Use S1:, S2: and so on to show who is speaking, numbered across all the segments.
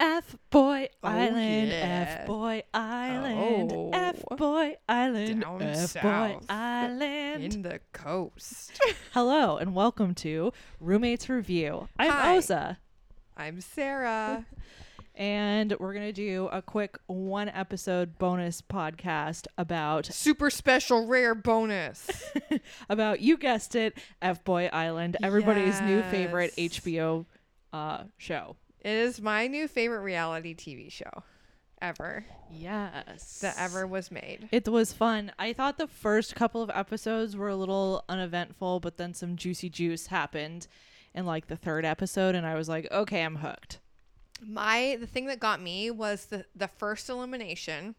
S1: F Boy
S2: Oh,
S1: Island,
S2: yeah.
S1: F Boy Island,
S2: Oh.
S1: F Boy Island,
S2: Down
S1: F Boy
S2: south.
S1: Island.
S2: in the coast.
S1: Hello and welcome to Roommates Review. I'm
S2: Hi.
S1: Osa,
S2: I'm Sarah.
S1: and we're gonna do a quick one episode bonus podcast about
S2: Super special rare bonus.
S1: about you guessed it, F Boy Island, everybody's new favorite
S2: Yes.
S1: HBO uh, show.
S2: it is my new favorite reality TV show ever
S1: Yes,
S2: that ever was made.
S1: It was fun. I thought the first couple of episodes were a little uneventful, but then some juicy juice happened in like the third episode, and I was like, okay, I'm hooked.
S2: My the thing that got me was the the first elimination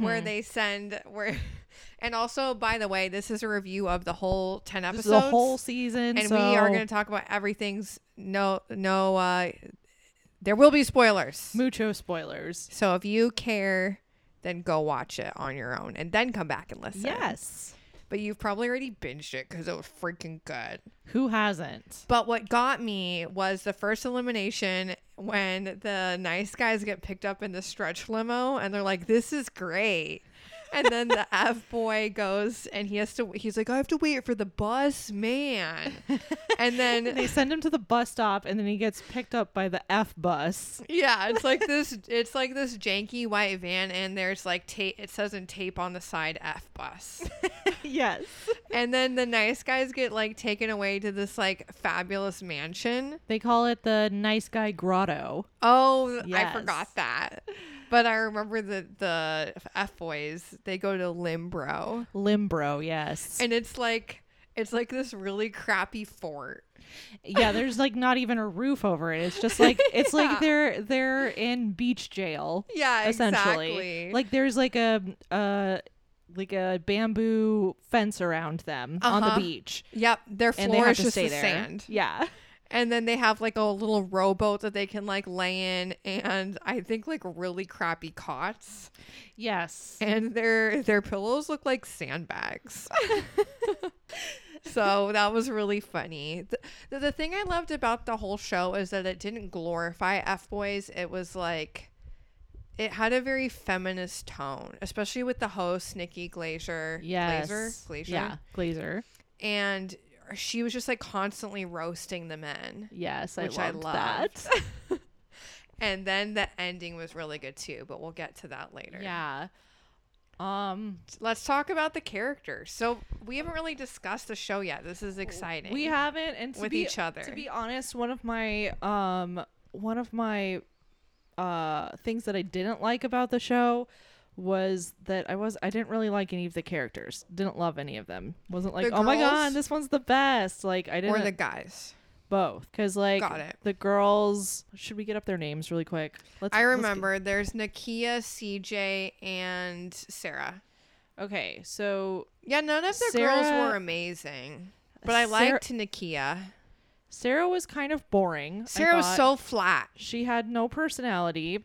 S2: where they send where and also by the way, this is a review of the whole 10
S1: This
S2: episodes.
S1: is a whole season,
S2: and
S1: so
S2: we are going to talk about everything's no no uh there will be spoilers.
S1: mucho spoilers.
S2: So if you care, then go watch it on your own and then come back and listen.
S1: Yes,
S2: But you've probably already binged it because it was freaking good.
S1: who hasn't?
S2: But what got me was the first elimination when the nice guys get picked up in the stretch limo and they're like, this is great. And then the F boy goes and he has to, he's like, I have to wait for the bus man. And then
S1: They send him to the bus stop, and then he gets picked up by the F bus.
S2: Yeah, it's like this. It's like this janky white van, and there's like tape. It says in tape on the side F bus,
S1: yes,
S2: and then the nice guys get like taken away to this like fabulous mansion.
S1: they call it the nice guy grotto.
S2: Oh,
S1: Yes.
S2: I forgot that, but I remember the the F boys. They go to Limbro,
S1: Limbro, yes.
S2: and it's like it's like this really crappy fort.
S1: Yeah, there's like not even a roof over it. It's just like it's
S2: Yeah.
S1: like they're they're in beach jail.
S2: Yeah,
S1: essentially.
S2: exactly.
S1: Like there's like a uh like a bamboo fence around them on the
S2: Uh-huh.
S1: beach.
S2: Yep, their floor
S1: And they have
S2: is
S1: to
S2: just
S1: stay
S2: the
S1: there.
S2: sand.
S1: Yeah.
S2: And then they have like a little rowboat that they can like lay in and I think like really crappy cots.
S1: Yes.
S2: And their their pillows look like sandbags. so that was really funny. The, the, the thing I loved about the whole show is that it didn't glorify F boys. It was like it had a very feminist tone, especially with the host Nikki Glazer.
S1: Yes.
S2: Glazer. Glazer.
S1: Yeah. Glazer.
S2: And she was just like constantly roasting the men
S1: Yes. I
S2: Which I
S1: loved
S2: loved.
S1: that.
S2: and then the ending was really good too but we'll get to that later
S1: yeah. Um
S2: let's talk about the characters so we haven't really discussed the show yet this is exciting
S1: We haven't, and to
S2: With
S1: be,
S2: each other.
S1: To be honest, one of my um one of my uh things that I didn't like about the show was that I was I didn't really like any of the characters. Didn't love any of them. Wasn't like,
S2: The
S1: oh my
S2: girls?
S1: god, this one's the best. Like I
S2: or
S1: didn't
S2: the guys
S1: both because like
S2: Got it.
S1: the girls. Should we get up their names really quick? Let's. let's
S2: i
S1: get-
S2: remember there's nakia cj and sarah
S1: okay, so
S2: yeah none of the girls
S1: Sarah-
S2: were amazing but i
S1: Sarah-
S2: liked nakia
S1: Sarah was kind of boring. I
S2: sarah was
S1: thought.
S2: so flat
S1: She had no personality.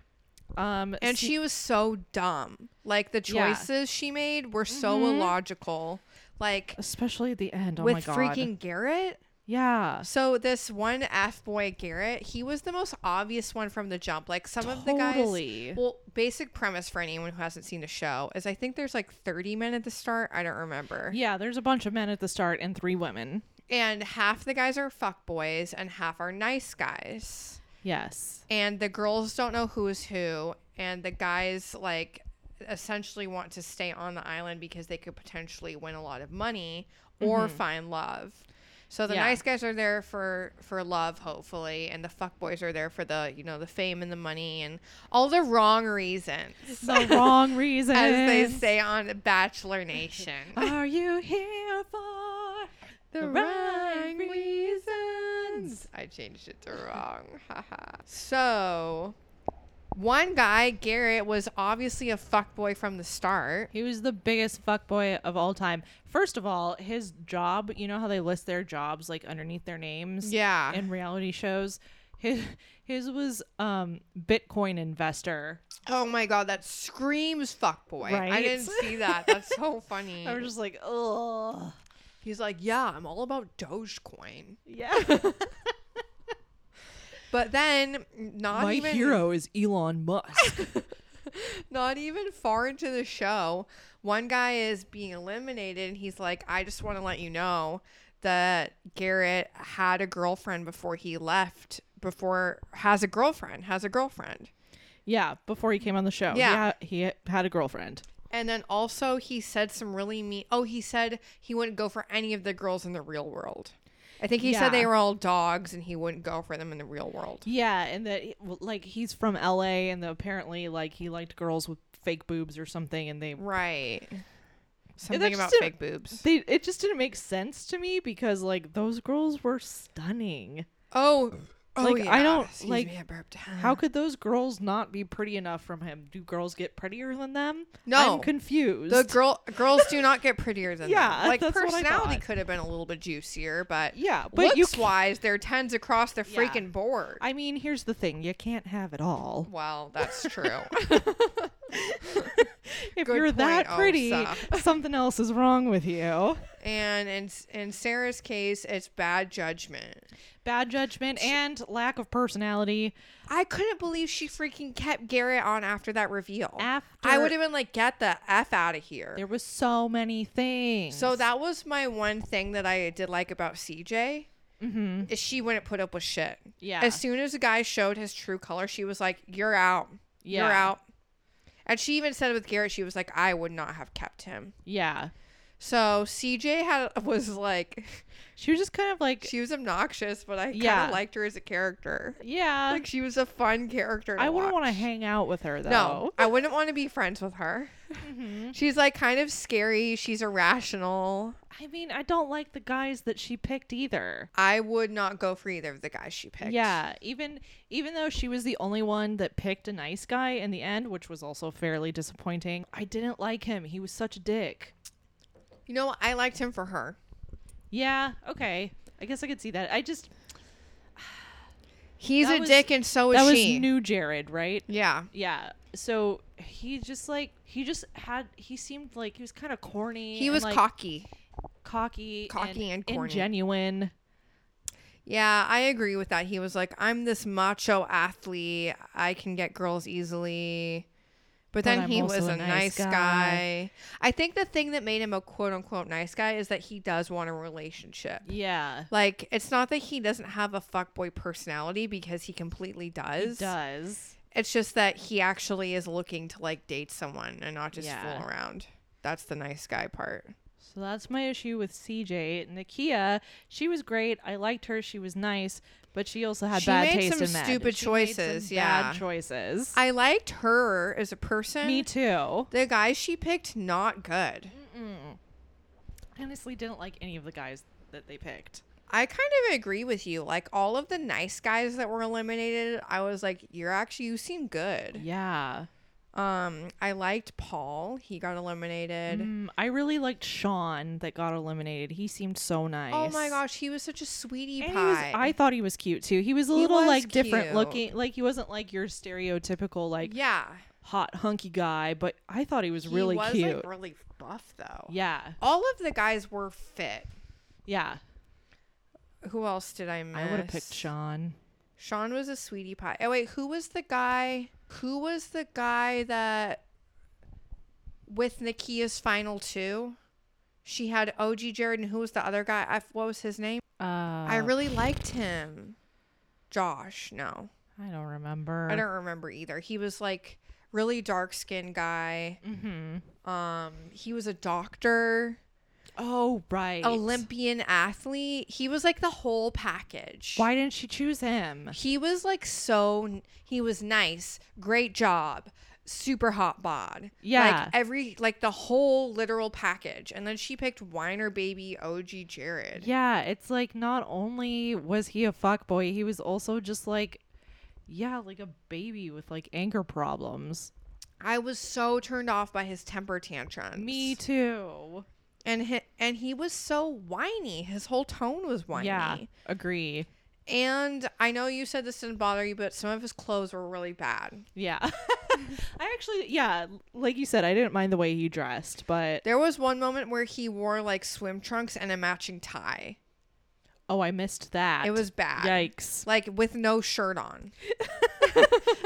S1: Um,
S2: and
S1: Se-
S2: she was so dumb like the
S1: Yeah.
S2: choices she made were so illogical like
S1: especially at the end. Oh
S2: with
S1: my god.
S2: freaking garrett
S1: Yeah.
S2: So this one F boy Garrett, he was the most obvious one from the jump. Like some of the
S1: Totally.
S2: guys. Well, basic premise for anyone who hasn't seen the show is I think there's like 30 men at the start. I don't remember.
S1: Yeah, there's a bunch of men at the start and three women.
S2: And half the guys are fuck boys and half are nice guys.
S1: Yes.
S2: And the girls don't know who is who. And the guys like essentially want to stay on the island because they could potentially win a lot of money or find love. So the
S1: Yeah.
S2: nice guys are there for for love, hopefully, and the fuck boys are there for the you know the fame and the money and all the wrong reasons,
S1: The wrong reason.
S2: as they say on Bachelor Nation.
S1: Are you here for the right reasons?
S2: I changed it to wrong. Haha. so, one guy, Garrett, was obviously a fuckboy from the start.
S1: He was the biggest fuckboy of all time. First of all, his job, you know how they list their jobs like underneath their names?
S2: Yeah.
S1: In reality shows. His his was um Bitcoin investor.
S2: oh my god, that screams fuckboy. I
S1: Right?
S2: didn't see that. That's so funny.
S1: I was just like, ugh.
S2: He's like, yeah, I'm all about Dogecoin.
S1: Yeah.
S2: But then, not
S1: My
S2: even
S1: hero is Elon Musk.
S2: not even far into the show, one guy is being eliminated, and he's like, "I just want to let you know that Garrett had a girlfriend before he left. Before has a girlfriend, has a girlfriend."
S1: yeah, before he came on the show.
S2: Yeah.
S1: He, ha- he had a girlfriend.
S2: And then also he said some really mean. Oh, he said he wouldn't go for any of the girls in the real world. I think he
S1: Yeah.
S2: said they were all dogs, and he wouldn't go for them in the real world.
S1: Yeah, and that like he's from LA and apparently like he liked girls with fake boobs or something and they
S2: Right. Something about
S1: just a-
S2: fake boobs.
S1: they it just didn't make sense to me because like those girls were stunning.
S2: Oh, oh
S1: Like,
S2: yeah.
S1: I don't-
S2: Excuse
S1: like,
S2: me, I burped.
S1: How could those girls not be pretty enough from him? Do girls get prettier than them?
S2: No.
S1: I'm confused.
S2: the girl girls do not get prettier than
S1: Yeah,
S2: them. like
S1: that's what I
S2: personality
S1: thought.
S2: could have been a little bit juicier, but
S1: Yeah, but you
S2: looks wise, they're tens across the
S1: Yeah.
S2: freaking board.
S1: I mean, here's the thing: you can't have it all.
S2: well, that's true.
S1: If
S2: Good
S1: you're that
S2: point,
S1: pretty,
S2: Elsa.
S1: something else is wrong with you.
S2: and in in Sarah's case, it's bad judgment.
S1: Bad judgment and lack of personality.
S2: I couldn't believe she freaking kept Garrett on after that reveal. I
S1: After-
S2: would have been like, get the f out of here.
S1: There was so many things.
S2: So that was my one thing that I did like about CJ. Is she wouldn't put up with shit.
S1: Mm-hmm. Yeah.
S2: As soon as a guy showed his true color, she was like, "You're out. You're
S1: Yeah.
S2: out." And she even said with Garrett, she was like, "I would not have kept him."
S1: yeah,
S2: So CJ had was like,
S1: she was just kind of like,
S2: she was obnoxious, but I kind of
S1: Yeah.
S2: liked her as a character.
S1: yeah,
S2: Like she was a fun character. To
S1: I wouldn't
S2: watch.
S1: want to hang out with her though.
S2: No, I wouldn't want to be friends with her. She's like kind of scary. She's irrational.
S1: I mean, I don't like the guys that she picked either.
S2: I would not go for either of the guys she picked.
S1: Yeah, even even though she was the only one that picked a nice guy in the end, which was also fairly disappointing, I didn't like him. He was such a dick.
S2: You know, I liked him for her.
S1: Yeah, okay. I guess I could see that. I just
S2: He's
S1: That
S2: a
S1: was-
S2: dick and so is
S1: that was
S2: she.
S1: new Jared, right?
S2: yeah.
S1: Yeah. So he just like he just had he seemed like he was kind of corny.
S2: He
S1: and,
S2: was
S1: like,
S2: cocky.
S1: cocky,
S2: cocky and corny.
S1: ingenuine.
S2: Yeah, I agree with that. He was like, I'm this macho athlete. I can get girls easily.
S1: But
S2: But, then
S1: I'm
S2: he
S1: also
S2: was
S1: a
S2: a
S1: nice
S2: nice guy.
S1: guy.
S2: I think the thing that made him a quote unquote nice guy is that he does want a relationship.
S1: Yeah,
S2: Like, it's not that he doesn't have a fuckboy personality because he completely does.
S1: does.
S2: It's just that he actually is looking to like date someone and not just
S1: Yeah.
S2: fool around. That's the nice guy part.
S1: So that's my issue with CJ. Nakia, she was great. I liked her. She was nice, but she also had
S2: She
S1: bad
S2: made
S1: taste
S2: some
S1: in men.
S2: stupid
S1: She made some
S2: choices, yeah.
S1: bad choices.
S2: I liked her as a person.
S1: Me Mm. too.
S2: The guy she picked, not good.
S1: I honestly didn't like any of the guys that they picked.
S2: I kind of agree with you. Like all of the nice guys that were eliminated, I was like, you're actually you seem good.
S1: Yeah.
S2: Um, I liked Paul. He got eliminated.
S1: Mm, I really liked Sean that got eliminated. He seemed so nice.
S2: Oh my gosh, he was such a sweetie
S1: And he was-
S2: pie.
S1: I thought he was cute too. He was a
S2: He
S1: little
S2: was
S1: like different
S2: cute.
S1: looking. Like he wasn't like your stereotypical like
S2: yeah.
S1: hot hunky guy, but I thought he was really
S2: he was
S1: cute.
S2: like really buff though.
S1: yeah.
S2: All of the guys were fit.
S1: Yeah.
S2: Who else did I miss?
S1: I would have picked Sean.
S2: Sean was a sweetie pie. Oh wait, who was the guy? Who was the guy that with Nakia's final two? She had OG Jared, and who was the other guy? I, what was his name?
S1: Uh,
S2: I really liked him. Josh. No,
S1: I don't remember.
S2: I don't remember either. He was like really dark skinned guy.
S1: Mm-hmm.
S2: Um, he was a doctor,
S1: Oh right.
S2: Olympian athlete. He was like the whole package.
S1: Why didn't she choose him?
S2: He was like so. He was nice. Great job. Super hot bod.
S1: Yeah.
S2: Like every like the whole literal package. And then she picked Weiner baby OG Jared.
S1: Yeah, it's like not only was he a fuckboy, he was also just like, yeah, like a baby with like anger problems.
S2: I was so turned off by his temper tantrums.
S1: Me too.
S2: And he, and he was so whiny. His whole tone was whiny.
S1: Yeah, agree.
S2: And I know you said this didn't bother you, but some of his clothes were really bad.
S1: Yeah. I actually, yeah, like you said, I didn't mind the way he dressed, but
S2: There was one moment where he wore like swim trunks and a matching tie.
S1: Oh, I missed that.
S2: It was bad.
S1: yikes.
S2: Like with no shirt on.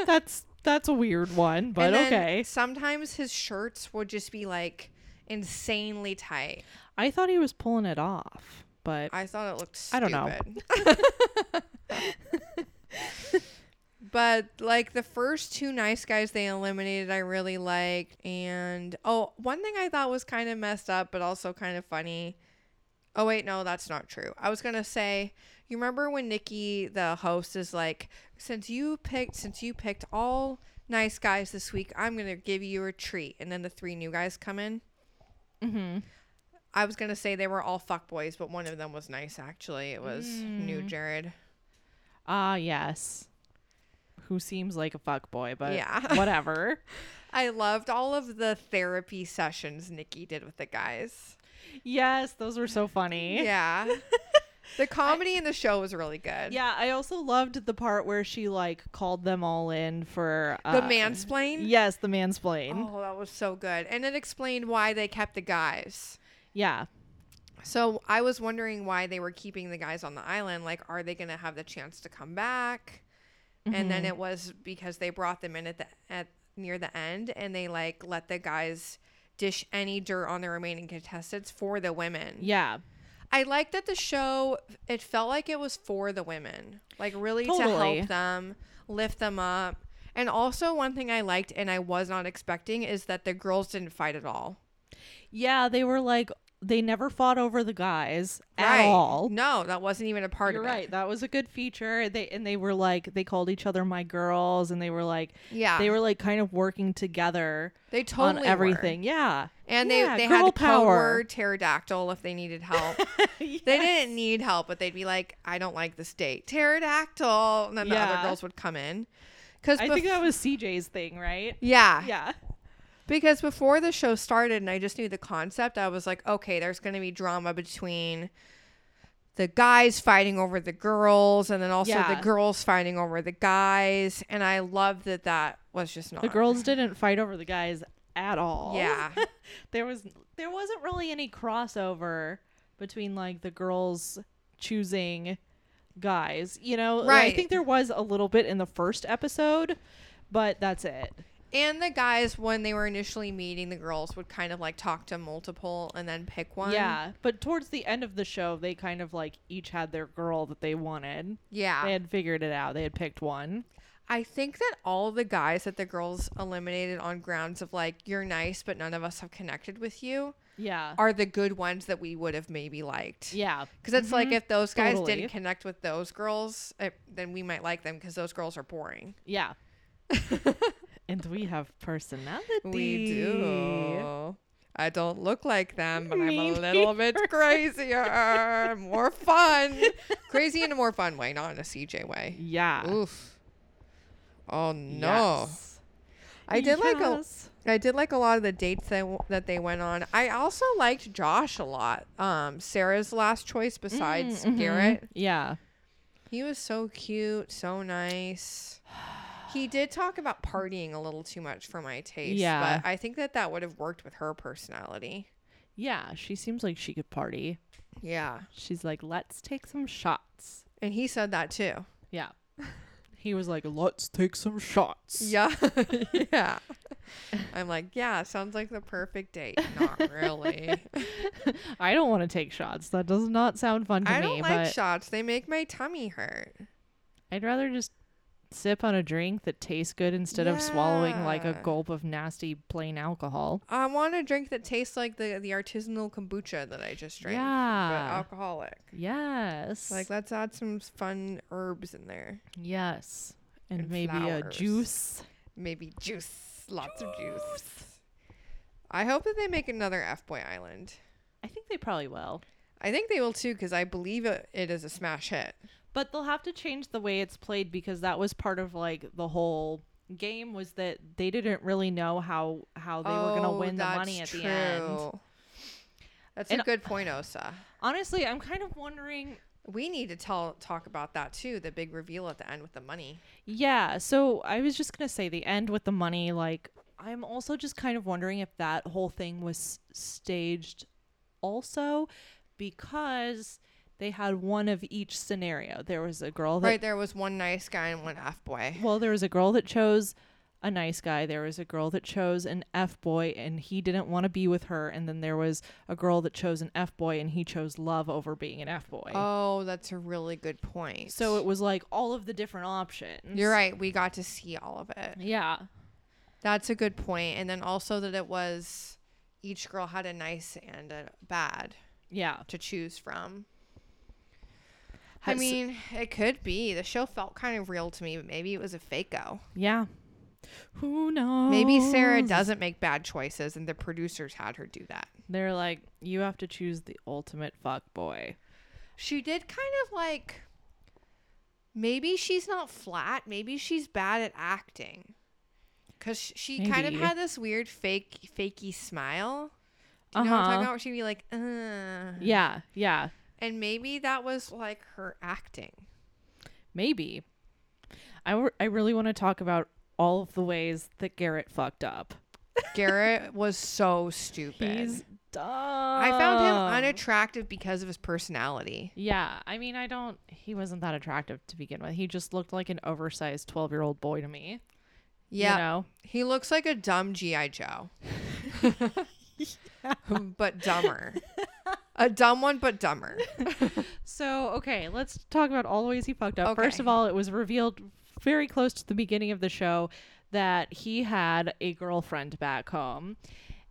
S1: that's that's a weird one, but
S2: And then
S1: okay.
S2: Sometimes his shirts would just be like insanely tight.
S1: I thought he was pulling it off, but
S2: I thought it looked
S1: I don't
S2: stupid.
S1: know.
S2: but like the first two nice guys they eliminated, I really liked. And oh, one thing I thought was kind of messed up, but also kind of funny. Oh, wait, no, that's not true. I was going to say, you remember when Nikki, the host, is like, since you picked, since you picked all nice guys this week, I'm going to give you a treat. And then the three new guys come in.
S1: mhm.
S2: I was gonna say they were all fuckboys, but one of them was nice actually. It was new
S1: Mm.
S2: Jared.
S1: Ah, yes. Who seems like a fuckboy, but
S2: Yeah.
S1: whatever.
S2: I loved all of the therapy sessions Nikki did with the guys.
S1: yes, those were so funny.
S2: Yeah. the comedy in the show was really good.
S1: Yeah, I also loved the part where she like called them all in for
S2: The
S1: uh,
S2: mansplain.
S1: Yes, the mansplain.
S2: Oh, that was so good. And it explained why they kept the guys.
S1: Yeah.
S2: So I was wondering why they were keeping the guys on the island. Like, are they gonna have the chance to come back? And
S1: Mm-hmm.
S2: then it was because they brought them in at the at near the end, and they like let the guys dish any dirt on the remaining contestants for the women.
S1: Yeah.
S2: I like that the show. It felt like it was for the women, like really to
S1: Totally.
S2: help them, lift them up. And also one thing I liked and I was not expecting is that the girls didn't fight at all.
S1: Yeah, they were like they never fought over the guys at
S2: Right.
S1: all.
S2: No, that wasn't even a part
S1: You're
S2: of it.
S1: right. That was a good feature. They and they were like they called each other my girls and they were like
S2: Yeah.
S1: they were like kind of working together
S2: They totally
S1: on
S2: were.
S1: everything. Yeah.
S2: And
S1: Yeah,
S2: they, they
S1: girl
S2: had power.
S1: power.
S2: code word pterodactyl if they needed help. They didn't need help, but they'd be like, I don't like this date. Pterodactyl. And then the
S1: Yeah.
S2: other girls would come in. Cause
S1: I
S2: bef-
S1: think that was CJ's thing, right?
S2: yeah.
S1: Yeah.
S2: Because before the show started and I just knew the concept, I was like, okay, there's going to be drama between the guys fighting over the girls and then also
S1: Yeah.
S2: the girls fighting over the guys. And I love that that was just not.
S1: The girls didn't fight over the guys at all.
S2: Yeah.
S1: there was there wasn't really any crossover between like the girls choosing guys, you know? Like, I
S2: Right.
S1: think there was a little bit in the first episode, but that's it.
S2: And the guys, when they were initially meeting the girls, would kind of like talk to multiple and then pick one.
S1: Yeah, but towards the end of the show, they kind of like each had their girl that they wanted.
S2: Yeah.
S1: They had figured it out. They had picked one.
S2: I think that all the guys that the girls eliminated on grounds of like, you're nice, but none of us have connected with you,
S1: Yeah.
S2: are the good ones that we would have maybe liked.
S1: Yeah. Mm-hmm.
S2: Because it's like if those guys
S1: Totally.
S2: didn't connect with those girls, it, then we might like them because those girls are boring.
S1: Yeah. and we have personality.
S2: I don't look like them, but
S1: Me
S2: I'm a little bit crazier, more fun, crazy in a more fun way, not in a CJ way.
S1: Yeah.
S2: Oof. Oh no.
S1: Yes.
S2: I did like a
S1: Yes.
S2: I did like a lot of the dates that w- that they went on. I also liked Josh a lot. Um, Sarah's last choice besides
S1: Mm,
S2: Garrett.
S1: Mm-hmm. Yeah.
S2: He was so cute, so nice. He did talk about partying a little too much for my taste,
S1: Yeah.
S2: but I think that that would have worked with her personality.
S1: Yeah. She seems like she could party.
S2: Yeah.
S1: She's like, let's take some shots.
S2: And he said that too.
S1: Yeah. He was like, let's take some shots.
S2: Yeah. yeah. I'm like, yeah, sounds like the perfect date. Not really.
S1: I don't want to take shots. That does not sound fun to
S2: I
S1: me.
S2: don't
S1: but
S2: like shots. They make my tummy hurt.
S1: I'd rather just sip on a drink that tastes good instead of swallowing like a
S2: Yeah.
S1: gulp of nasty plain alcohol.
S2: I want a drink that tastes like the, the artisanal kombucha that I just drank. But
S1: Yeah.
S2: alcoholic.
S1: yes.
S2: Like let's add some fun herbs in there.
S1: yes. And,
S2: and
S1: maybe a
S2: flowers.
S1: juice.
S2: maybe juice, lots of juice. I hope that they make another F Boy Island.
S1: I think they probably will.
S2: I think they will too, because I believe it, it is a smash hit.
S1: But they'll have to change the way it's played because that was part of like the whole game was that they didn't really know how how they were going to
S2: Oh,
S1: win the money at
S2: that's
S1: the end.
S2: true. That's
S1: And-
S2: a good point, Osa.
S1: Honestly, I'm kind of wondering
S2: We need to tell talk about that too. The big reveal at the end with the money.
S1: Yeah, so I was just going to say the end with the money like I'm also just kind of wondering if that whole thing was s- staged also because they had one of each scenario. There was a girl that
S2: Right there was one nice guy and one half boy.
S1: well, there was a girl that chose a nice guy. There was a girl that chose an F boy and he didn't want to be with her. And then there was a girl that chose an F boy and he chose love over being an F boy.
S2: Oh, that's a really good point.
S1: so it was like all of the different options.
S2: you're right. We got to see all of it.
S1: Yeah.
S2: That's a good point. And then also that it was each girl had a nice and a bad
S1: Yeah.
S2: to choose from. I
S1: Has-
S2: mean, it could be. The show felt kind of real to me, but maybe it was a fake-o.
S1: Yeah. Who knows?
S2: Maybe Sarah doesn't make bad choices and the producers had her do that.
S1: They're like, you have to choose the ultimate fuck boy.
S2: She did kind of like maybe she's not flat, maybe she's bad at acting. Cuz she kind of
S1: Maybe.
S2: had this weird fake fakey smile. Do you know what I'm
S1: Uh-huh.
S2: talking about? Where she'd be like, "Uh."
S1: Yeah. Yeah.
S2: And maybe that was like her acting.
S1: Maybe. I, w- I really want to talk about all of the ways that Garrett fucked up.
S2: Garrett was so stupid.
S1: He's dumb.
S2: I found him
S1: unattractive.
S2: unattractive because of his personality.
S1: Yeah, I mean, I don't. He wasn't that attractive to begin with. He just looked like an oversized twelve-year-old boy to me.
S2: Yeah.
S1: you know?
S2: He looks like a dumb G.I. Joe. but dumber. A dumb one, but dumber.
S1: So okay, let's talk about all the ways he fucked up. First
S2: Okay.
S1: of all, it was revealed very close to the beginning of the show that he had a girlfriend back home.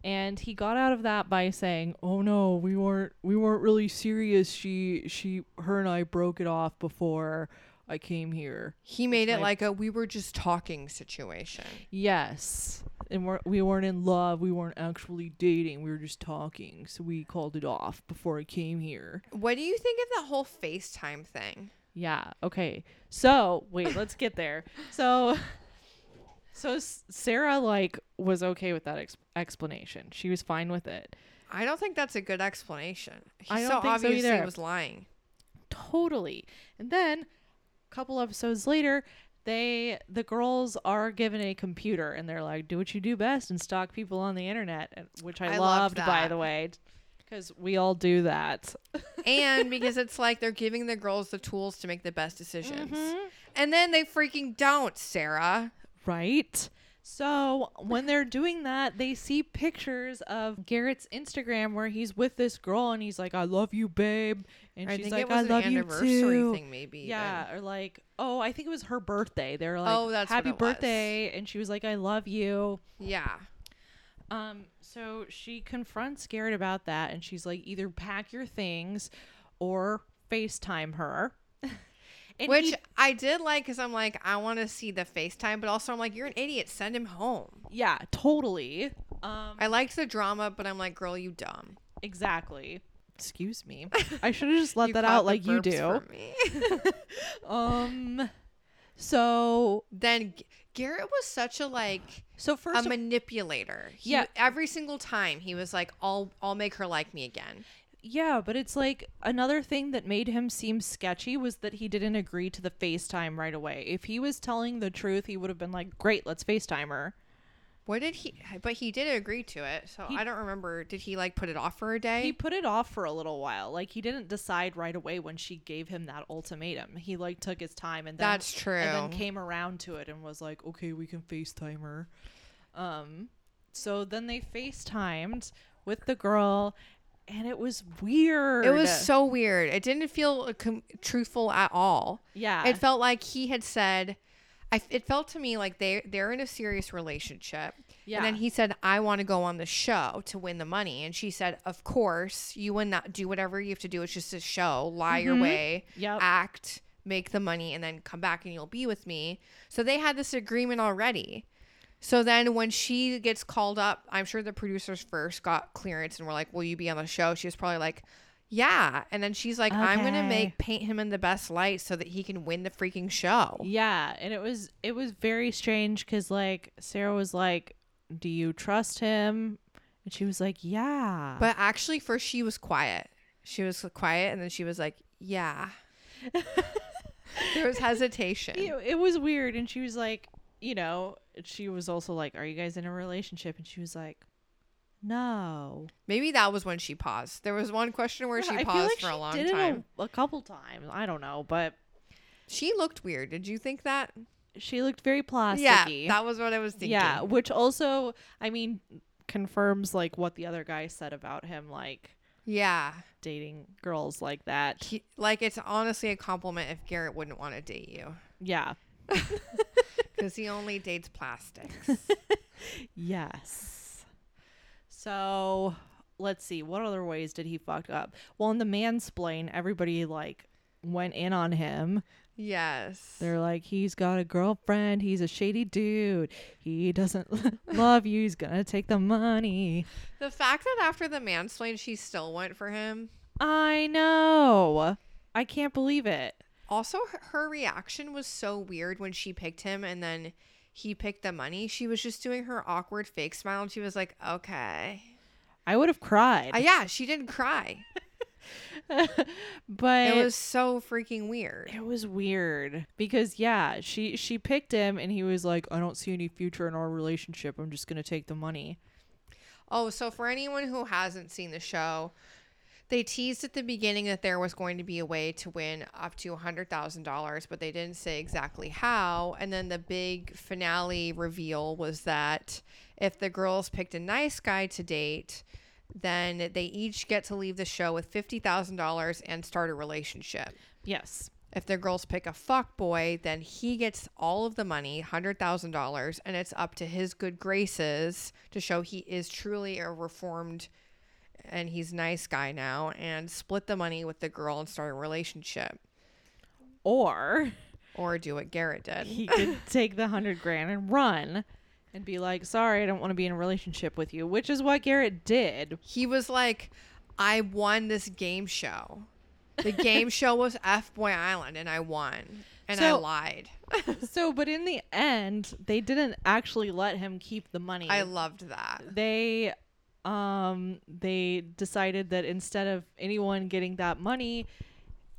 S1: And he got out of that by saying, "Oh no, we weren't we weren't really serious. She she her and I broke it off before I came here."
S2: He made it
S1: my-
S2: like a we were just talking situation.
S1: Yes. And we're, we weren't in love. We weren't actually dating. We were just talking. So we called it off before I came here.
S2: What do you think of that whole FaceTime thing?
S1: Yeah. Okay. So wait, let's get there. So, so S- Sarah like was okay with that ex- explanation. She was fine with it.
S2: I don't think that's a good explanation. He
S1: I don't
S2: so
S1: think so
S2: obviously
S1: either.
S2: was lying.
S1: Totally. And then a couple episodes later, they the girls are given a computer and they're like, "Do what you do best and stalk people on the internet," and- which I,
S2: I
S1: loved,
S2: loved
S1: by
S2: that.
S1: the way, because we all do that.
S2: and because it's like they're giving the girls the tools to make the best
S1: Mm-hmm.
S2: decisions. And then they freaking don't, Sarah.
S1: Right? So when they're doing that, they see pictures of Garrett's Instagram where he's with this girl and he's like, "I love you, babe," and
S2: I
S1: she's
S2: think
S1: like,
S2: it was
S1: "I love
S2: an
S1: you
S2: anniversary
S1: too."
S2: thing, maybe. even.
S1: Yeah, or like, oh, I think it was her birthday. They're like,
S2: Oh, that's what
S1: "Happy
S2: it was.
S1: birthday," and she was like, "I love you."
S2: Yeah.
S1: Um, so she confronts Garrett about that, and she's like, "Either pack your things, or FaceTime her." And
S2: Which
S1: he-
S2: I did like because I'm like, I want to see the FaceTime, but also I'm like, you're an idiot. Send him home.
S1: yeah, totally. Um,
S2: I liked the drama, but I'm like, girl, you dumb.
S1: Exactly. Excuse me. I should have just let
S2: You
S1: that
S2: caught
S1: out
S2: the
S1: like you
S2: burps
S1: do.
S2: for me.
S1: Um so
S2: then G- Garrett was such a like
S1: so
S2: a
S1: first of-
S2: manipulator. He-
S1: Yeah.
S2: Every single time he was like, I'll I'll make her like me again.
S1: yeah, but it's like another thing that made him seem sketchy was that he didn't agree to the FaceTime right away. If he was telling the truth, he would have been like, "Great, let's FaceTime her."
S2: What did he? But he did agree to it. So
S1: He-
S2: I don't remember. Did he like put it off for a day?
S1: He put it off for a little while. Like he didn't decide right away when she gave him that ultimatum. He like took his time and then
S2: That's true.
S1: and then came around to it and was like, "Okay, we can FaceTime her." Um, so then they FaceTimed with the girl, and it was weird.
S2: it was so weird. It didn't feel uh, com- truthful at all.
S1: yeah,
S2: It felt like he had said, I, it felt to me like they they're in a serious relationship.
S1: yeah,
S2: And then he said, I want to go on the show to win the money. And she said, Of course, you and that do whatever you have to do. It's just a show. Lie your
S1: Mhm.
S2: way,
S1: yep,
S2: act, make the money, and then come back and you'll be with me. So they had this agreement already. So then when she gets called up, I'm sure the producers first got clearance and were like, Will you be on the show? She was probably like, Yeah. And then she's like, I'm gonna
S1: Okay.
S2: make paint him in the best light so that he can win the freaking show.
S1: yeah, and it was it was very strange because like Sarah was like, "Do you trust him?" And she was like, "Yeah."
S2: But actually, first she was quiet. She was quiet, and then she was like, "Yeah." there was hesitation.
S1: it, it was weird, and she was like, you know, she was also like, "Are you guys in a relationship?" And she was like, No.
S2: Maybe that was when she paused. There was one question where she
S1: I feel
S2: paused
S1: like
S2: for
S1: she
S2: a long
S1: did it
S2: time.
S1: a, a couple times. I don't know, but
S2: She looked weird. Did you think that?
S1: she looked very plasticky.
S2: Yeah, that was what I was thinking.
S1: Yeah, which also, I mean, confirms like what the other guy said about him, like
S2: yeah.
S1: dating girls like that.
S2: He, like it's honestly a compliment if Garrett wouldn't want to date you
S1: yeah.
S2: because he only dates plastics.
S1: Yes. So let's see. What other ways did he fuck up? Well, in the mansplain, everybody like went in on him.
S2: yes.
S1: They're like, he's got a girlfriend. He's a shady dude. He doesn't love you. He's gonna take the money.
S2: the fact that after the mansplain she still went for him.
S1: I know. I can't believe it.
S2: Also, her, her reaction was so weird when she picked him and then he picked the money. She was just doing her awkward fake smile and she was like, okay.
S1: I would have cried.
S2: Uh, yeah, she didn't cry.
S1: but
S2: It was so freaking weird.
S1: It was weird because yeah, she she picked him and he was like, "I don't see any future in our relationship. I'm just going to take the money."
S2: Oh, so for anyone who hasn't seen the show, they teased at the beginning that there was going to be a way to win up to $100,000, but they didn't say exactly how. And then the big finale reveal was that if the girls picked a nice guy to date, then they each get to leave the show with $50,000 and start a relationship.
S1: Yes.
S2: If the girls pick a fuck boy, then he gets all of the money, $100,000, and it's up to his good graces to show he is truly a reformed and he's a nice guy now and split the money with the girl and start a relationship
S1: Or
S2: or do what Garrett did.
S1: he could take the 100 grand and run and be like, "Sorry, I don't want to be in a relationship with you," which is what Garrett did.
S2: He was like, I won this game show. The game show was F Boy Island and I won. And I
S1: So-
S2: lied.
S1: so, but in the end, they didn't actually let him keep the money.
S2: I loved that.
S1: they um they decided that instead of anyone getting that money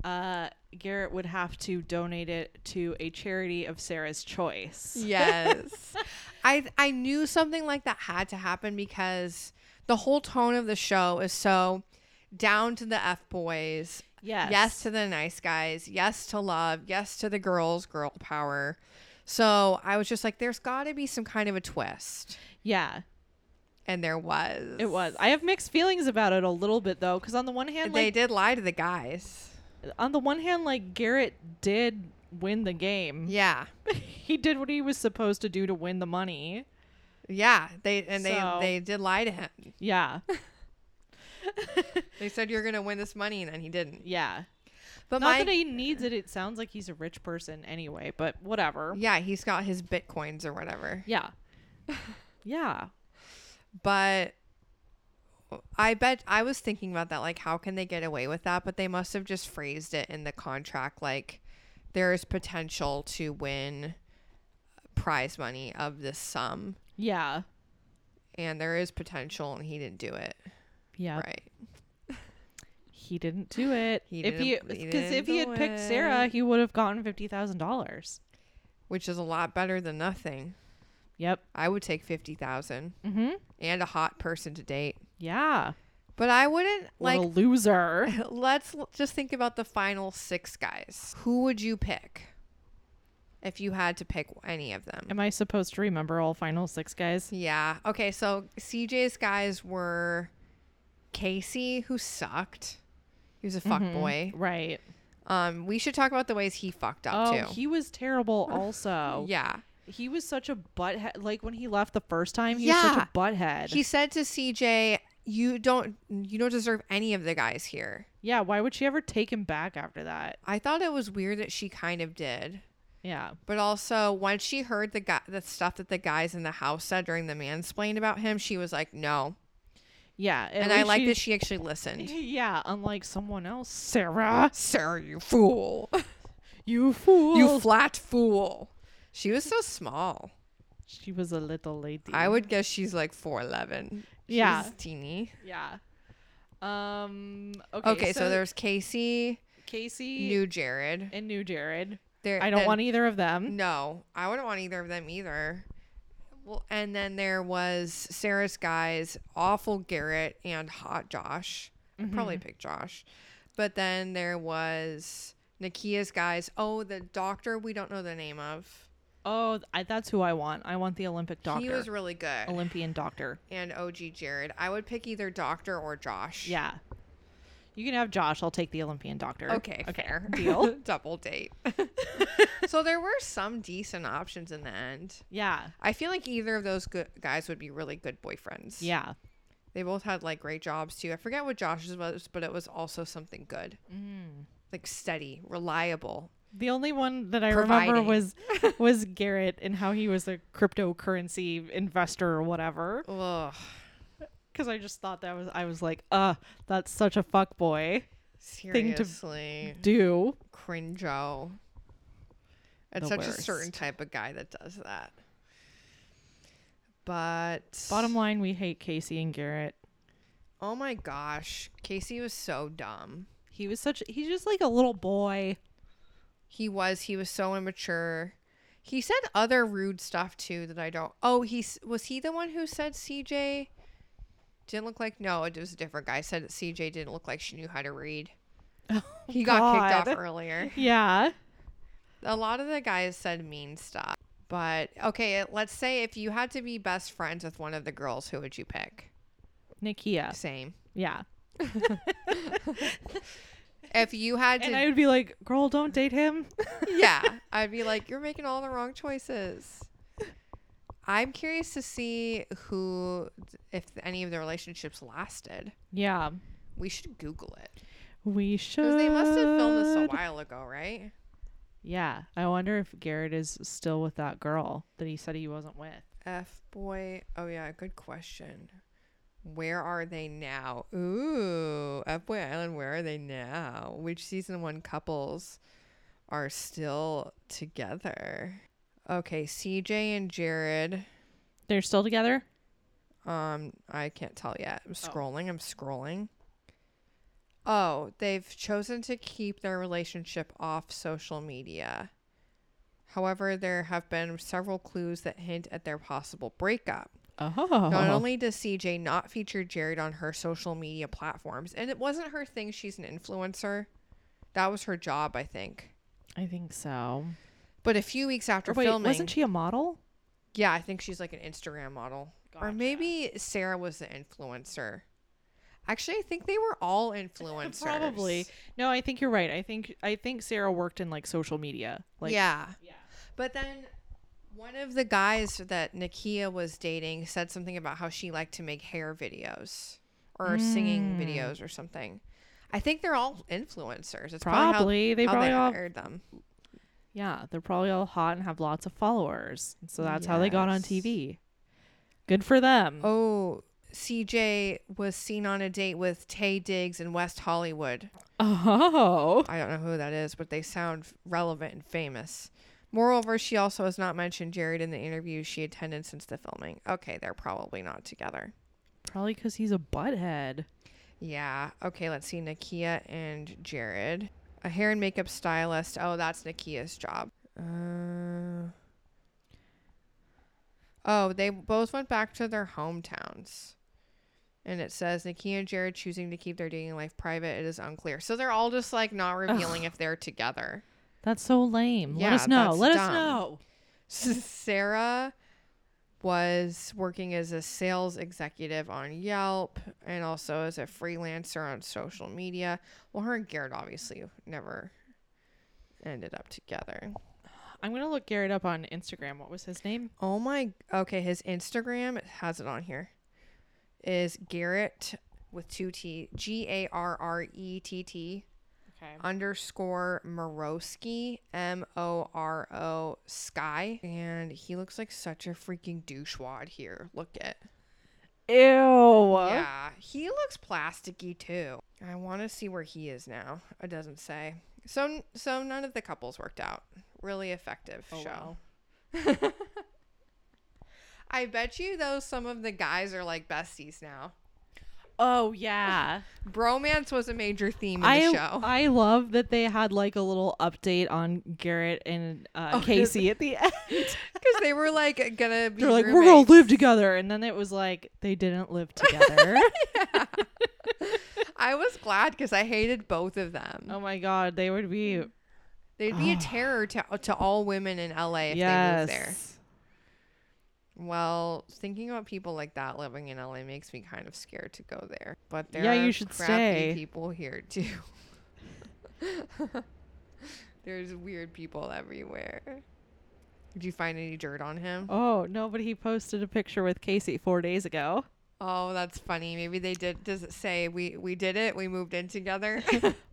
S1: uh Garrett would have to donate it to a charity of Sarah's choice.
S2: Yes. I I knew something like that had to happen because the whole tone of the show is so down to the F boys.
S1: Yes.
S2: Yes to the nice guys. Yes to love. Yes to the girls, girl power. So I was just like, there's got to be some kind of a twist.
S1: Yeah,
S2: And there was.
S1: it was. I have mixed feelings about it a little bit though cuz on the one hand
S2: they
S1: like
S2: did lie to the guys.
S1: on the one hand like Garrett did win the game.
S2: Yeah.
S1: he did what he was supposed to do to win the money.
S2: Yeah. They and
S1: So-
S2: they they did lie to him.
S1: Yeah.
S2: They said you're going to win this money and then he didn't.
S1: Yeah.
S2: But
S1: Not
S2: my
S1: that he needs it. It sounds like he's a rich person anyway, but whatever.
S2: Yeah, he's got his bitcoins or whatever.
S1: Yeah. yeah.
S2: but I bet I was thinking about that like how can they get away with that but they must have just phrased it in the contract like there is potential to win prize money of this sum
S1: Yeah.
S2: and there is potential and he didn't do it
S1: Yeah.
S2: right
S1: He didn't do it.
S2: He
S1: if he
S2: didn't- he
S1: because if he had
S2: didn't do
S1: picked
S2: it.
S1: Sarah, he would have gotten fifty thousand dollars.
S2: which is a lot better than nothing
S1: Yep.
S2: I would take 50,000
S1: Mm-hmm.
S2: and a hot person to date
S1: Yeah.
S2: but I wouldn't
S1: Like
S2: like
S1: what a loser.
S2: Let's l- just think about the final six guys. Who would you pick if you had to pick any of them?
S1: Am I supposed to remember all final six guys?
S2: Yeah. Okay. So CJ's guys were Casey, who sucked. He was a fuck
S1: Mm-hmm.
S2: boy.
S1: Right.
S2: Um, we should talk about the ways he fucked up
S1: Oh,
S2: too.
S1: he oh. was terrible. Also,
S2: yeah.
S1: he was such a butthead. Like when he left the first time, he was such
S2: Yeah.
S1: a butthead.
S2: He said to CJ, "You don't, you don't deserve any of the guys here."
S1: yeah. Why would she ever take him back after that?
S2: I thought it was weird that she kind of did.
S1: Yeah.
S2: But also, once she heard the guy, the stuff that the guys in the house said during the mansplain about him, she was like, "No."
S1: Yeah. At
S2: and I
S1: least
S2: like
S1: she-
S2: that she actually listened.
S1: Yeah. Unlike someone else, Sarah.
S2: Sarah, you fool!
S1: You fool.
S2: you flat fool! She was so small.
S1: she was a little lady.
S2: I would guess she's like four eleven.
S1: Yeah.
S2: she's teeny.
S1: Yeah. Um. Okay.
S2: Okay, so, there's Casey,
S1: Casey
S2: new Jared.
S1: and New Jared.
S2: There,
S1: I don't
S2: then-
S1: want either of them.
S2: No, I wouldn't want either of them either. Well, and then there was Sarah's guys, awful Garrett and hot Josh.
S1: Mm-hmm.
S2: I'd Probably pick Josh. But then there was Nakia's guys. Oh, the doctor we don't know the name of.
S1: Oh, I, that's who I want. I want the Olympic doctor.
S2: He was really good.
S1: Olympian doctor.
S2: and OG Jared. I would pick either doctor or Josh.
S1: Yeah. You can have Josh. I'll take the Olympian doctor.
S2: Okay, fair.
S1: Deal.
S2: Double date. so there were some decent options in the end.
S1: Yeah.
S2: I feel like either of those good guys would be really good boyfriends.
S1: Yeah.
S2: They both had like great jobs too. I forget what Josh's was, but it was also something good.
S1: Mm.
S2: Like steady, reliable.
S1: The only one that I
S2: Providing.
S1: remember was was Garrett and how he was a cryptocurrency investor or whatever.
S2: Ugh.
S1: Because I just thought that was I was like, uh, that's such a fuck boy. to-
S2: Seriously.
S1: Do
S2: Cringo. It's
S1: The
S2: such a
S1: worst.
S2: certain type of guy that does that. But
S1: bottom line, we hate Casey and Garrett.
S2: Oh my gosh. Casey was so dumb.
S1: He was such he's just like a little boy.
S2: He was. He was so immature. He said other rude stuff too that I don't. Oh, he s- was he the one who said CJ didn't look like. No, it was a different guy. Said that CJ didn't look like she knew how to read. he got
S1: Oh,
S2: kicked
S1: God.
S2: off earlier.
S1: Yeah.
S2: A lot of the guys said mean stuff. But okay, let's say if you had to be best friends with one of the girls, who would you pick?
S1: Nikia.
S2: Same.
S1: Yeah.
S2: If you had to,
S1: And I would be like, girl, don't date him.
S2: yeah, I'd be like, you're making all the wrong choices. I'm curious to see who, if any of the relationships lasted.
S1: yeah.
S2: We should Google it
S1: We should.
S2: because they must have filmed this a while ago, right?
S1: Yeah, I wonder if Garrett is still with that girl that he said he wasn't with.
S2: F boy. Oh yeah, good question. Where are they now? Ooh, F boy island. Where are they now? Which season one couples are still together? Okay, CJ and Jared.
S1: They're still together.
S2: Um, I can't tell yet.
S1: Oh.
S2: I'm scrolling. I'm scrolling. Oh, they've chosen to keep their relationship off social media. However, there have been several clues that hint at their possible breakup.
S1: Oh,
S2: Not only does CJ not feature Jared on her social media platforms, and it wasn't her thing, she's an influencer. That was her job, I think.
S1: I think so.
S2: But a few weeks after
S1: Or wait,
S2: filming,
S1: wasn't she a model?
S2: yeah, I think she's like an Instagram model. Or maybe Sarah was the influencer. Actually, I think they were all influencers.
S1: Probably. No, I think you're right. I think I think Sarah worked in like social media. Like,
S2: yeah. But then one of the guys that Nakia was dating said something about how she liked to make hair videos or
S1: Mm.
S2: singing videos or something. I think they're all influencers. It's
S1: Probably.
S2: Probably
S1: They
S2: how,
S1: probably
S2: how
S1: all-
S2: they hired them.
S1: yeah, they're probably all hot and have lots of followers. So that's how they got on
S2: Yes.
S1: TV. Good for them.
S2: Oh, CJ was seen on a date with Tay Diggs in West Hollywood.
S1: Oh,
S2: I don't know who that is, but they sound f- relevant and famous. Moreover, she also has not mentioned Jared in the interview she attended since the filming. Okay, they're probably not together.
S1: probably because he's a butthead.
S2: Yeah. Okay, let's see. Nakia and Jared. A hair and makeup stylist. Oh, that's Nakia's job. Uh, oh, they both went back to their hometowns. And it says Nakia and Jared choosing to keep their dating life private. It is unclear. So they're all just like not revealing if they're together.
S1: That's so lame. Let
S2: Yeah,
S1: us know.
S2: that's
S1: Let us
S2: dumb.
S1: know.
S2: Sarah was working as a sales executive on Yelp and also as a freelancer on social media. Well, her and Garrett obviously never ended up together.
S1: I'm gonna look Garrett up on Instagram. What was his name?
S2: Oh my. Okay, his Instagram it has it on here. Is Garrett with two T G A R R E T T
S1: Okay.
S2: underscore Morosky M O R O Sky, and he looks like such a freaking douchewad here. Look at.
S1: Ew.
S2: Yeah, he looks plasticky too. I want to see where he is now. It doesn't say. So so none of the couples worked out. Really effective
S1: Oh,
S2: show.
S1: wow.
S2: I bet you though some of the guys are like besties now.
S1: oh yeah.
S2: Bromance was a major theme in
S1: I
S2: the show.
S1: I love that they had like a little update on Garrett and uh,
S2: Oh, 'cause-
S1: Casey at the end.
S2: Because they were like gonna be
S1: They're like,
S2: roommates.
S1: we're gonna live together, and then it was like they didn't live together.
S2: I was glad because I hated both of them.
S1: oh my god, they would be
S2: They'd be a terror to uh, to all women in LA if
S1: Oh. yes.
S2: they moved there. Well, thinking about people like that living in LA makes me kind of scared to go there. But there
S1: Yeah,
S2: are
S1: you should
S2: crappy
S1: stay.
S2: people here too. There's weird people everywhere. Did you find any dirt on him?
S1: Oh no, but he posted a picture with Casey four days ago.
S2: Oh, that's funny. Maybe they did. Does it say we we did it? We moved in together.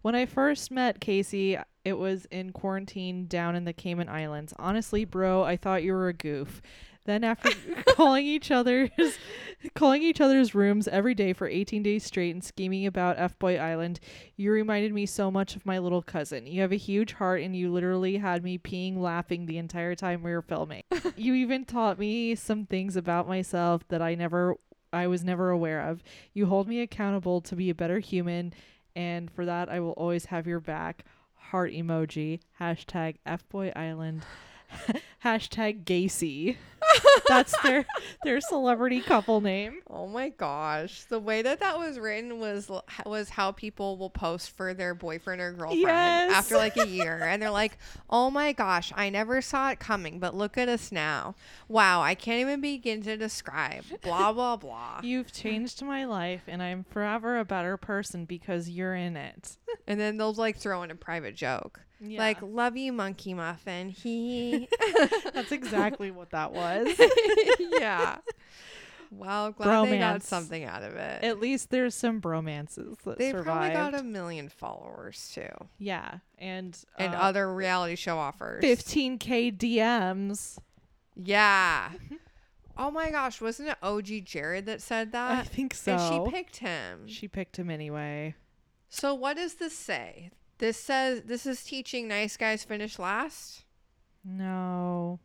S1: When I first met Casey, it was in quarantine down in the Cayman Islands. Honestly, bro, I thought you were a goof. Then after calling each other's calling each other's rooms every day for 18 days straight and scheming about F-boy Island, you reminded me so much of my little cousin. You have a huge heart and you literally had me peeing laughing the entire time we were filming. you even taught me some things about myself that I never I was never aware of. You hold me accountable to be a better human, and for that, I will always have your back. Heart emoji, hashtag Fboy Island, hashtag Gacy. That's their their celebrity couple name.
S2: oh my gosh, the way that that was written was l- was how people will post for their boyfriend or girlfriend
S1: Yes.
S2: after like a year, and they're like, "Oh my gosh, I never saw it coming, but look at us now! Wow, I can't even begin to describe." Blah blah blah.
S1: You've changed my life, and I'm forever a better person because you're in it.
S2: and then they'll like throw in a private joke,
S1: Yeah.
S2: like "Love you, monkey muffin." He.
S1: That's exactly what that was.
S2: yeah. Well, glad they got
S1: Bromance.
S2: something out of it.
S1: At least there's some bromances that
S2: they
S1: survived.
S2: probably got a million followers too,
S1: yeah, and
S2: and
S1: uh,
S2: other reality show offers.
S1: 15k DMs.
S2: Yeah. oh my gosh, wasn't it OG Jared that said
S1: Mm-hmm. I
S2: that?
S1: think so.
S2: Uh, And she picked him.
S1: She picked him anyway.
S2: So what does this say? This says this is teaching nice guys finish last.
S1: No.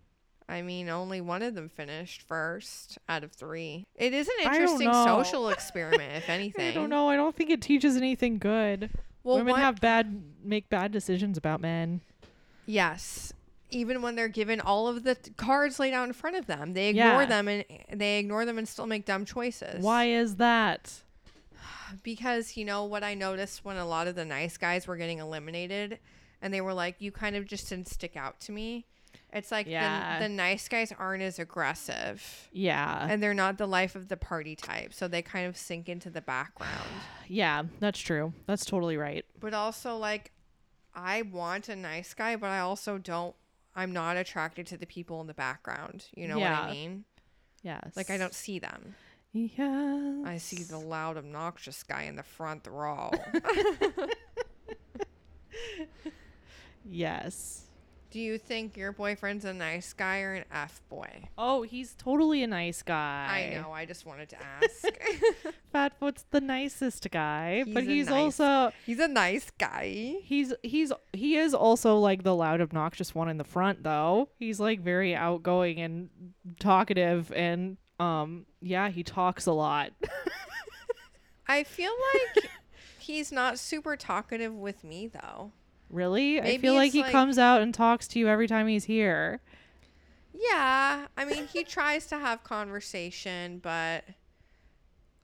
S2: I mean, only one of them finished first out of three. It is an
S1: I don't
S2: interesting
S1: know.
S2: social experiment, if anything.
S1: I don't know. I don't think it teaches anything good.
S2: Well,
S1: Women
S2: one-
S1: have bad make bad decisions about men.
S2: Yes. Even when they're given all of the t- cards laid out in front of them, they ignore
S1: Yeah.
S2: them and they ignore them and still make dumb choices.
S1: Why is that?
S2: Because, you know, what I noticed when a lot of the nice guys were getting eliminated and they were like, you kind of just didn't stick out to me. It's like
S1: Yeah.
S2: the, the nice guys aren't as aggressive
S1: Yeah.
S2: and they're not the life of the party type. So they kind of sink into the background.
S1: Yeah, that's true. That's totally right.
S2: but also like I want a nice guy, but I also don't I'm not attracted to the people in the background. You know what I
S1: Yeah.
S2: mean?
S1: Yes.
S2: Like I don't see them.
S1: Yeah.
S2: I see the loud obnoxious guy in the front row.
S1: Yes.
S2: Do you think your boyfriend's a nice guy or an F boy?
S1: Oh, he's totally a nice guy.
S2: I know, I just wanted to ask.
S1: Fatfoot's the nicest guy, but
S2: He's a
S1: he's
S2: nice-
S1: also
S2: He's a nice guy.
S1: he's he's he is also like the loud obnoxious one in the front though he's like very outgoing and talkative and um yeah he talks a lot
S2: I feel like he's not super talkative with me though.
S1: really i
S2: Maybe
S1: feel like
S2: it's
S1: he
S2: like-
S1: comes out and talks to you every time he's here
S2: Yeah, I mean, he tries to have conversation, but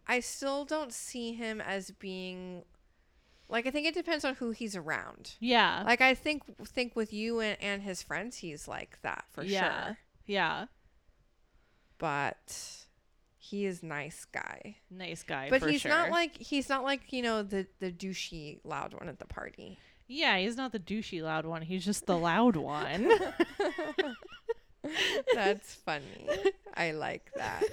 S2: I still don't see him as being like I think it depends on who he's around.
S1: yeah
S2: Like I think think with you and, and his friends he's like that for
S1: yeah
S2: sure.
S1: yeah
S2: But he is nice guy.
S1: nice guy
S2: But
S1: for
S2: he's
S1: sure.
S2: not like he's not like, you know, the the douchey loud one at the party.
S1: yeah he's not the douchey loud one he's just the loud one
S2: That's funny. I like that.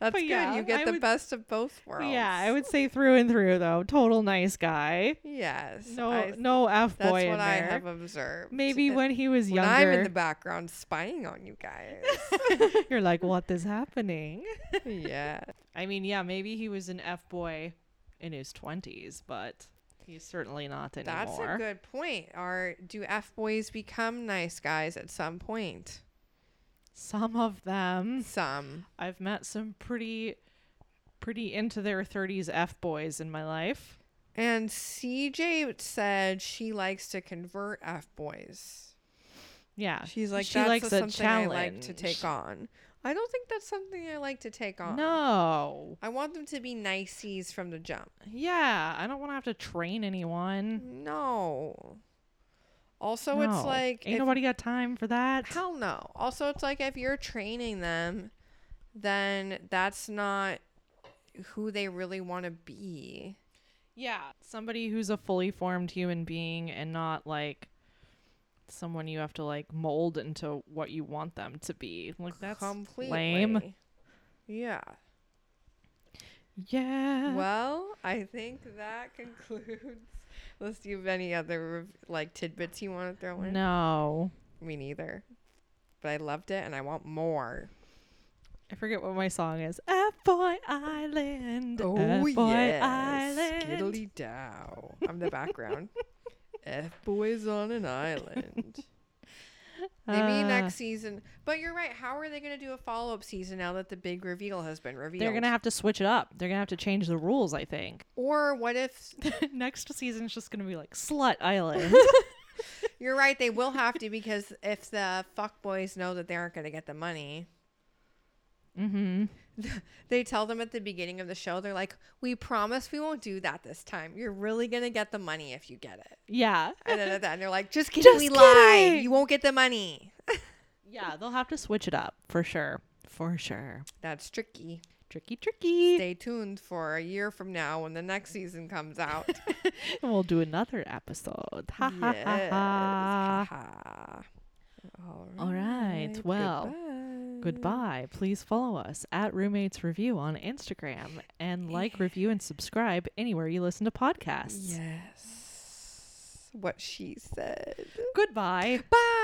S2: That's good.
S1: yeah,
S2: you get
S1: I
S2: the
S1: would-
S2: best of both worlds.
S1: yeah i would say through and through though total nice guy
S2: Yes.
S1: no
S2: I-
S1: no f
S2: That's
S1: boy in
S2: what I
S1: there
S2: have observed.
S1: maybe
S2: And
S1: when he was
S2: when
S1: younger
S2: I'm in the background spying on you guys.
S1: You're like, what is happening?
S2: yeah.
S1: I mean, yeah, maybe he was an F boy in his 20s, but he's certainly not anymore.
S2: That's a good point. Are do F boys become nice guys at some point?
S1: Some of them.
S2: Some.
S1: I've met some pretty pretty into their 30s F boys in my life.
S2: And CJ said she likes to convert F boys.
S1: Yeah.
S2: She's like,
S1: Uh, She
S2: that's
S1: likes
S2: a-
S1: a
S2: something I like to take
S1: challenge.
S2: on. I don't think that's something I like to take on.
S1: No.
S2: I want them to be niceys from the jump.
S1: Yeah. I don't want to have to train anyone.
S2: No. Also, it's
S1: No.
S2: like
S1: ain't
S2: if-
S1: nobody got time for that.
S2: hell no. Also, it's like if you're training them, then that's not who they really want to be.
S1: Yeah. Somebody who's a fully formed human being and not like someone you have to like mold into what you want them to be. Like that's
S2: completely.
S1: lame.
S2: Yeah.
S1: Yeah.
S2: Well, I think that concludes. Unless you have any other rev- like tidbits you want to throw in,
S1: no.
S2: me neither. But I loved it, and I want more.
S1: I forget what my song is. F Boy Island.
S2: Oh
S1: F Boy
S2: yes,
S1: Island.
S2: skiddly dow. I'm the background. F boys on an island. Maybe
S1: Ah.
S2: next season. But you're right. How are they going to do a follow up season now that the big reveal has been revealed?
S1: They're gonna have to switch it up. They're gonna have to change the rules, I think.
S2: Or what if
S1: Next season's just gonna be like Slut Island.
S2: You're right. They will have to because if the fuck boys know that they aren't going to get the money,
S1: mm-hmm.
S2: they tell them at the beginning of the show, they're like, "We promise we won't do that this time. You're really going to get the money if you get it."
S1: Yeah.
S2: And then at the end, they're like, "Just kidding.
S1: Just
S2: we lied.
S1: kidding."
S2: You won't get the money."
S1: Yeah, they'll have to switch it up for sure. For sure.
S2: That's tricky.
S1: Tricky, tricky.
S2: Stay tuned for a year from now when the next season comes out.
S1: and we'll do another episode. Ha ha ha
S2: yes.
S1: ha.
S2: Ha-ha.
S1: All right. Well, Goodbye. Please follow us at Roommates Review on Instagram and like, review, and subscribe anywhere you listen to podcasts.
S2: Yes. What she said.
S1: Goodbye.
S2: Bye.